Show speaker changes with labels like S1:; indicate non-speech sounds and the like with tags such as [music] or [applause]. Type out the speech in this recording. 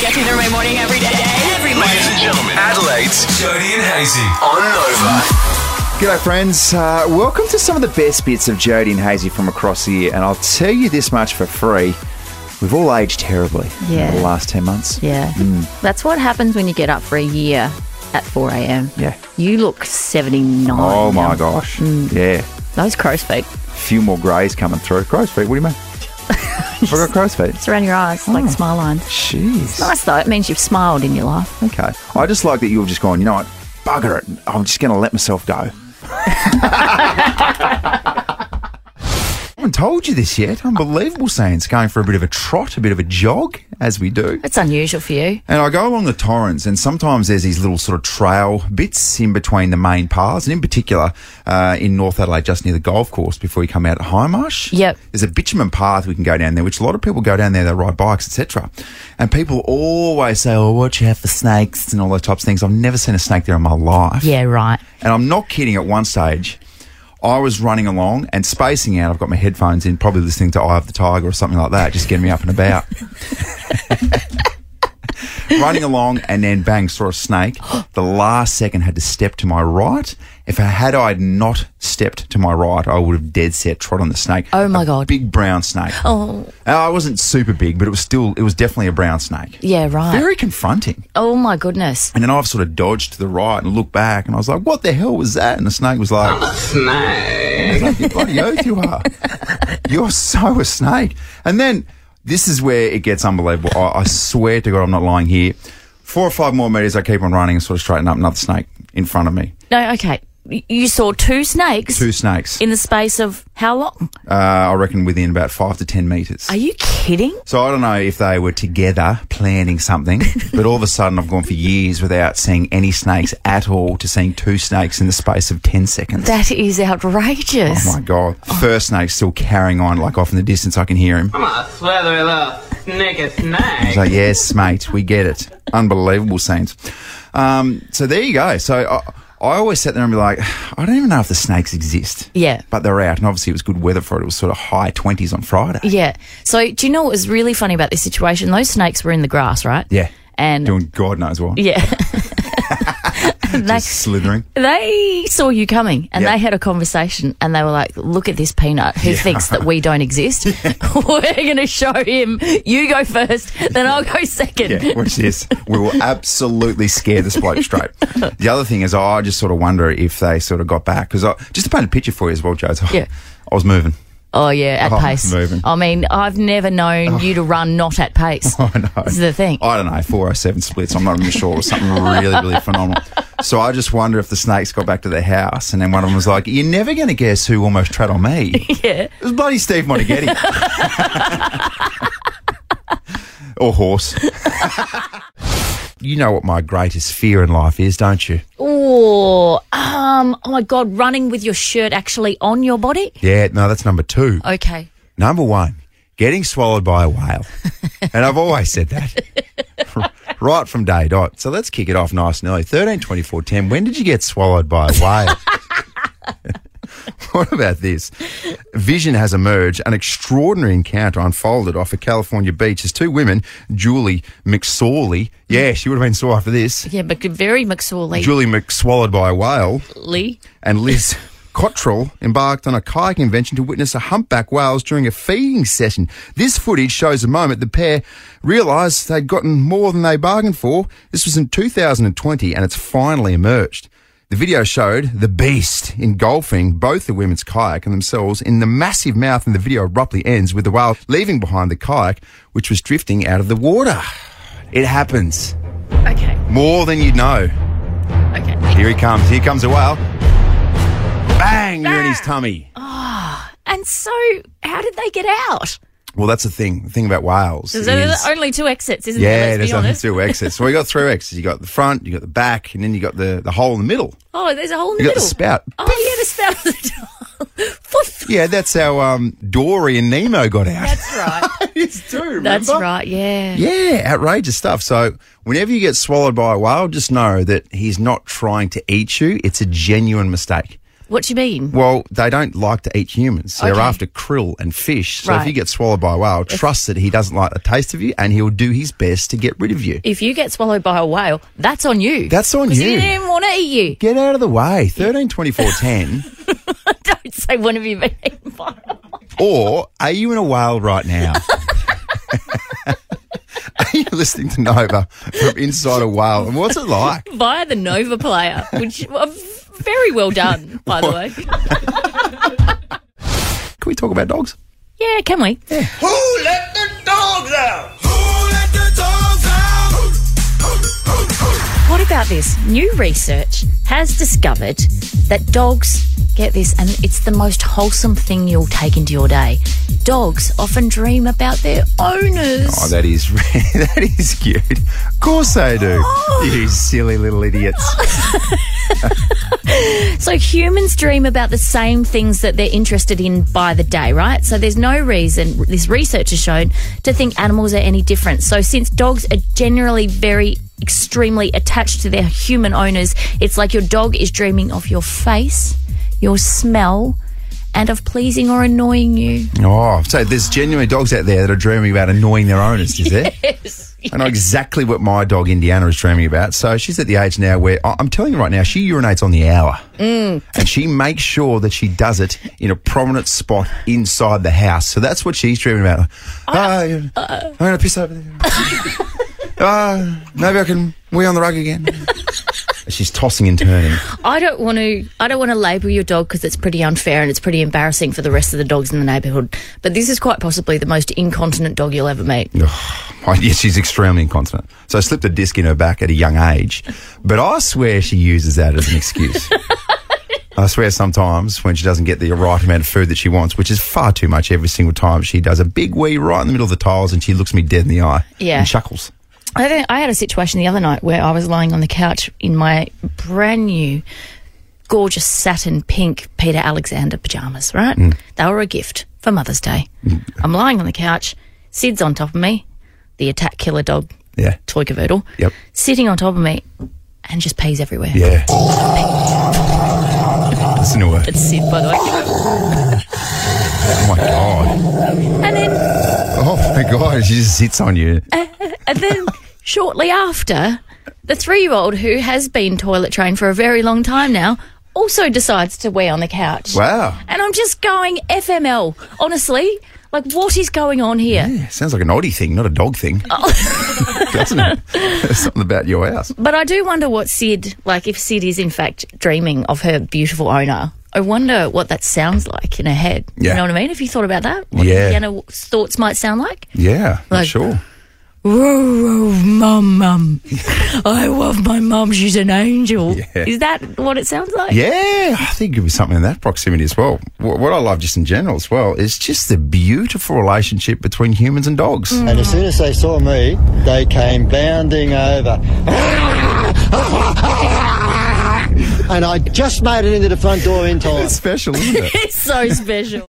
S1: Gets me through my morning every day. Every
S2: Ladies and gentlemen, Adelaide's Jody and Hazy on Nova.
S3: G'day, friends. Uh, welcome to some of the best bits of Jody and Hazy from across the year. And I'll tell you this much for free we've all aged terribly
S4: Yeah.
S3: in the last 10 months.
S4: Yeah.
S3: Mm.
S4: That's what happens when you get up for a year at 4 a.m.
S3: Yeah.
S4: You look 79.
S3: Oh, my
S4: now.
S3: gosh.
S4: Mm.
S3: Yeah.
S4: Those crow's
S3: A
S4: feet.
S3: few more greys coming through. Crow's feet, what do you mean? I've got crow's feet.
S4: It's around your eyes,
S3: Oh.
S4: like smile lines.
S3: Jeez.
S4: Nice though. It means you've smiled in your life.
S3: Okay. I just like that you've just gone, you know what? Bugger it. I'm just going to let myself go. I haven't told you this yet. Unbelievable scenes. Going for a bit of a trot, a bit of a jog, as we do.
S4: It's unusual for you.
S3: And I go along the torrents, and sometimes there's these little sort of trail bits in between the main paths, and in particular uh, in North Adelaide, just near the golf course, before you come out at High Marsh.
S4: Yep.
S3: There's a bitumen path we can go down there, which a lot of people go down there. They ride bikes, etc. And people always say, "Oh, watch out for snakes" and all those types of things. I've never seen a snake there in my life.
S4: Yeah, right.
S3: And I'm not kidding. At one stage, I was running along and spacing out. I've got my headphones in, probably listening to Eye of the Tiger or something like that, just getting me up and about. [laughs] running along and then bang, saw a snake. The last second had to step to my right. If I had I not stepped to my right, I would have dead set trod on the snake.
S4: Oh, my
S3: A
S4: God.
S3: Big brown snake.
S4: Oh,
S3: I wasn't super big, but it was still it was definitely a brown snake.
S4: yeah, right.
S3: Very confronting.
S4: oh my goodness.
S3: And then I've sort of dodged to the right and looked back and I was like, what the hell was that? And the snake was like, I was like, you bloody oath you are. You're so a snake. And then this is where it gets unbelievable. I, I swear to God, I'm not lying here. Four or five more meters, I keep on running and sort of straighten up another snake in front of me.
S4: No, okay. Y- You saw two snakes
S3: Two snakes,
S4: in the space of how long?
S3: uh, I reckon within about five to ten meters.
S4: Are you kidding?
S3: So I don't know if they were together planning something, but all of a sudden I've gone for years without seeing any snakes at all to seeing two snakes in the space of 10 seconds.
S4: That is outrageous.
S3: Oh my god! First snake's still carrying on, like off in the distance. I can hear him.
S5: I swear they're a little snake a snake.
S3: He's like, "Yes, mate, we get it." Unbelievable scenes. Um, so there you go. So I, I always sat there and be like, [sighs] "I don't even know if the snakes exist."
S4: Yeah.
S3: but they're out, and obviously it was good weather for it. It was sort of high twenties on Friday.
S4: Yeah. So do you know what was really funny about this situation? Those snakes were in the grass, right?
S3: Yeah,
S4: And
S3: doing God knows what.
S4: yeah. And they,
S3: Just slithering.
S4: they saw you coming and
S3: Yeah.
S4: they had a conversation and they were like, look at this peanut who thinks that we
S3: [laughs]
S4: don't exist. [laughs] we're going to show him you go first, then I'll go second.
S3: Yeah, watch this. We will absolutely scare this bloke straight. The other thing is, I just sort of wonder if they sort of got back because just to paint a picture for you as well, Joe.
S4: Yeah.
S3: I was moving.
S4: Oh, yeah, at
S3: Oh,
S4: pace.
S3: moving. Oh.
S4: I mean, I've never known you to run not
S3: [laughs]
S4: at pace.
S3: I know.
S4: This is the thing.
S3: I don't know, 407 splits. I'm not even sure. It was something really, really phenomenal. So I just wonder if the snakes got back to their house and then one of them was like, You're never going to guess who almost tread on me.
S4: yeah.
S3: It was bloody Steve Monteghetti. or horse. [laughs] you know what my greatest fear in life is, don't you?
S4: Or, um, oh my God, running with your shirt actually on your body?
S3: Yeah, no, that's number two.
S4: Okay.
S3: Number one, getting swallowed by a whale. and I've always said that. right from day dot. So let's kick it off nice and early. 13, 24, 10. When did you get swallowed by a whale? [laughs] what about this? Vision has emerged. An extraordinary encounter unfolded off a California beach as two women, Julie McSorley. Yeah, she would have been sore after this.
S4: Yeah, but very McSorley.
S3: Julie McSwallowed by a whale
S4: Lee.
S3: and Liz [laughs] Cottrell embarked on a kayak invention to witness a humpback whales during a feeding session. This footage shows the moment the pair realised they'd gotten more than they bargained for. This was in 2020 and it's finally emerged. The video showed the beast engulfing both the women's kayak and themselves in the massive mouth, and the video abruptly ends with the whale leaving behind the kayak, which was drifting out of the water. It happens.
S4: Okay.
S3: More than you'd know.
S4: Okay.
S3: Here he comes. Here comes a whale. Bang! You're in his tummy.
S4: And so, how did they get out?
S3: Well, that's the thing. The thing about whales.
S4: There's
S3: is-
S4: only two exits, isn't there?
S3: yeah,
S4: Let's
S3: there's
S4: be
S3: only
S4: honest.
S3: two exits. So we got three exits. You got the front, you got the back, and then you got the, the hole in the middle.
S4: Oh, there's a hole in the
S3: You got the
S4: middle.
S3: spout.
S4: Oh, yeah, the spout. at the [laughs] top. Woof.
S3: Yeah, that's how um, Dory and Nemo got out.
S4: That's right.
S3: [laughs] it's two. Remember?
S4: That's right. Yeah.
S3: Yeah, outrageous stuff. So whenever you get swallowed by a whale, just know that he's not trying to eat you. It's a genuine mistake.
S4: What do you mean?
S3: Well, they don't like to eat humans. They're
S4: Okay.
S3: after krill and fish. So if
S4: Right.
S3: you get swallowed by a whale, trust that he doesn't like the taste of you and he'll do his best to get rid of you.
S4: If you get swallowed by a whale, that's on you.
S3: That's on
S4: 'Cause He
S3: you.
S4: didn't even want to eat you.
S3: Get out of the way. 13, 24,
S4: [laughs]
S3: 10.
S4: Don't say one of you been eaten by a whale.
S3: Or are you in a whale right now? [laughs] are you listening to Nova from inside a whale? And what's it like?
S4: via the Nova player, which [laughs] uh, very well done, by
S3: [laughs]
S4: the way.
S3: Can we talk about dogs?
S4: Yeah, can we?
S6: Who let the dogs out?
S4: What about this? New research has discovered that dogs get this, and it's the most wholesome thing you'll take into your day. Dogs often dream about their owners.
S3: Oh, that is [laughs] that is cute. Of course they do.
S4: Oh.
S3: You silly little idiots.
S4: So humans dream about the same things that they're interested in by the day, right? So there's no reason this research has shown to think animals are any different. So since dogs are generally very extremely attached to their human owners, it's like your dog is dreaming of your face, your smell, and of pleasing or annoying you.
S3: Oh, so there's genuine dogs out there that are dreaming about annoying their owners, is there? I know exactly what my dog Indiana is dreaming about. So she's at the age now where I- I'm telling you right now, she urinates on the hour, and she makes sure that she does it in a prominent spot inside the house. So that's what she's dreaming about. Ah, you- I'm gonna piss over there. Ah, maybe I can wee on the rug again. she's tossing and turning.
S4: I don't want to. I don't want to label your dog because it's pretty unfair and it's pretty embarrassing for the rest of the dogs in the neighbourhood. But this is quite possibly the most incontinent dog you'll ever meet.
S3: Oh, yeah, she's extremely incontinent. So I slipped a disc in her back at a young age. But I swear she uses that as an excuse. I swear sometimes when she doesn't get the right amount of food that she wants, which is far too much every single time, she does a big wee right in the middle of the tiles and she looks me dead in the eye
S4: Yeah.
S3: and chuckles.
S4: I, think I had a situation the other night where I was lying on the couch in my brand new, gorgeous satin pink Peter Alexander pajamas, right? They were a gift for Mother's Day. I'm lying on the couch, Sid's on top of me, the attack killer dog,
S3: Yeah.
S4: Toy Cavoodle,
S3: Yep.
S4: sitting on top of me and just pees everywhere.
S3: Yeah. Listen to her.
S4: It's Sid, by the way.
S3: Oh my God.
S4: And then,
S3: Oh my God. She just sits on you.
S4: and then shortly after, the three year old who has been toilet trained for a very long time now also decides to wee on the couch.
S3: Wow.
S4: And I'm just going FML, honestly. Like, what is going on here?
S3: Yeah, sounds like an oddie thing, not a dog thing. [laughs] Doesn't it? There's something about your house.
S4: But I do wonder what Sid, like, if Sid is in fact dreaming of her beautiful owner. I wonder what that sounds like in her head.
S3: Yeah.
S4: You know what I mean? If you thought about that, what
S3: Yeah.
S4: Indiana's thoughts might sound like.
S3: Yeah,
S4: Like-
S3: sure.
S4: Whoa, whoa, mum, mum. [laughs] I love my mum. She's an angel.
S3: Yeah.
S4: Is that what it sounds like?
S3: Yeah, I think it was something in that proximity as well. What, what I love just in general as well is just the beautiful relationship between humans and dogs.
S7: And as soon as they saw me, they came bounding over. [laughs] And I just made it into the front door in time.
S3: It's special, isn't it?
S4: [laughs] It's so special.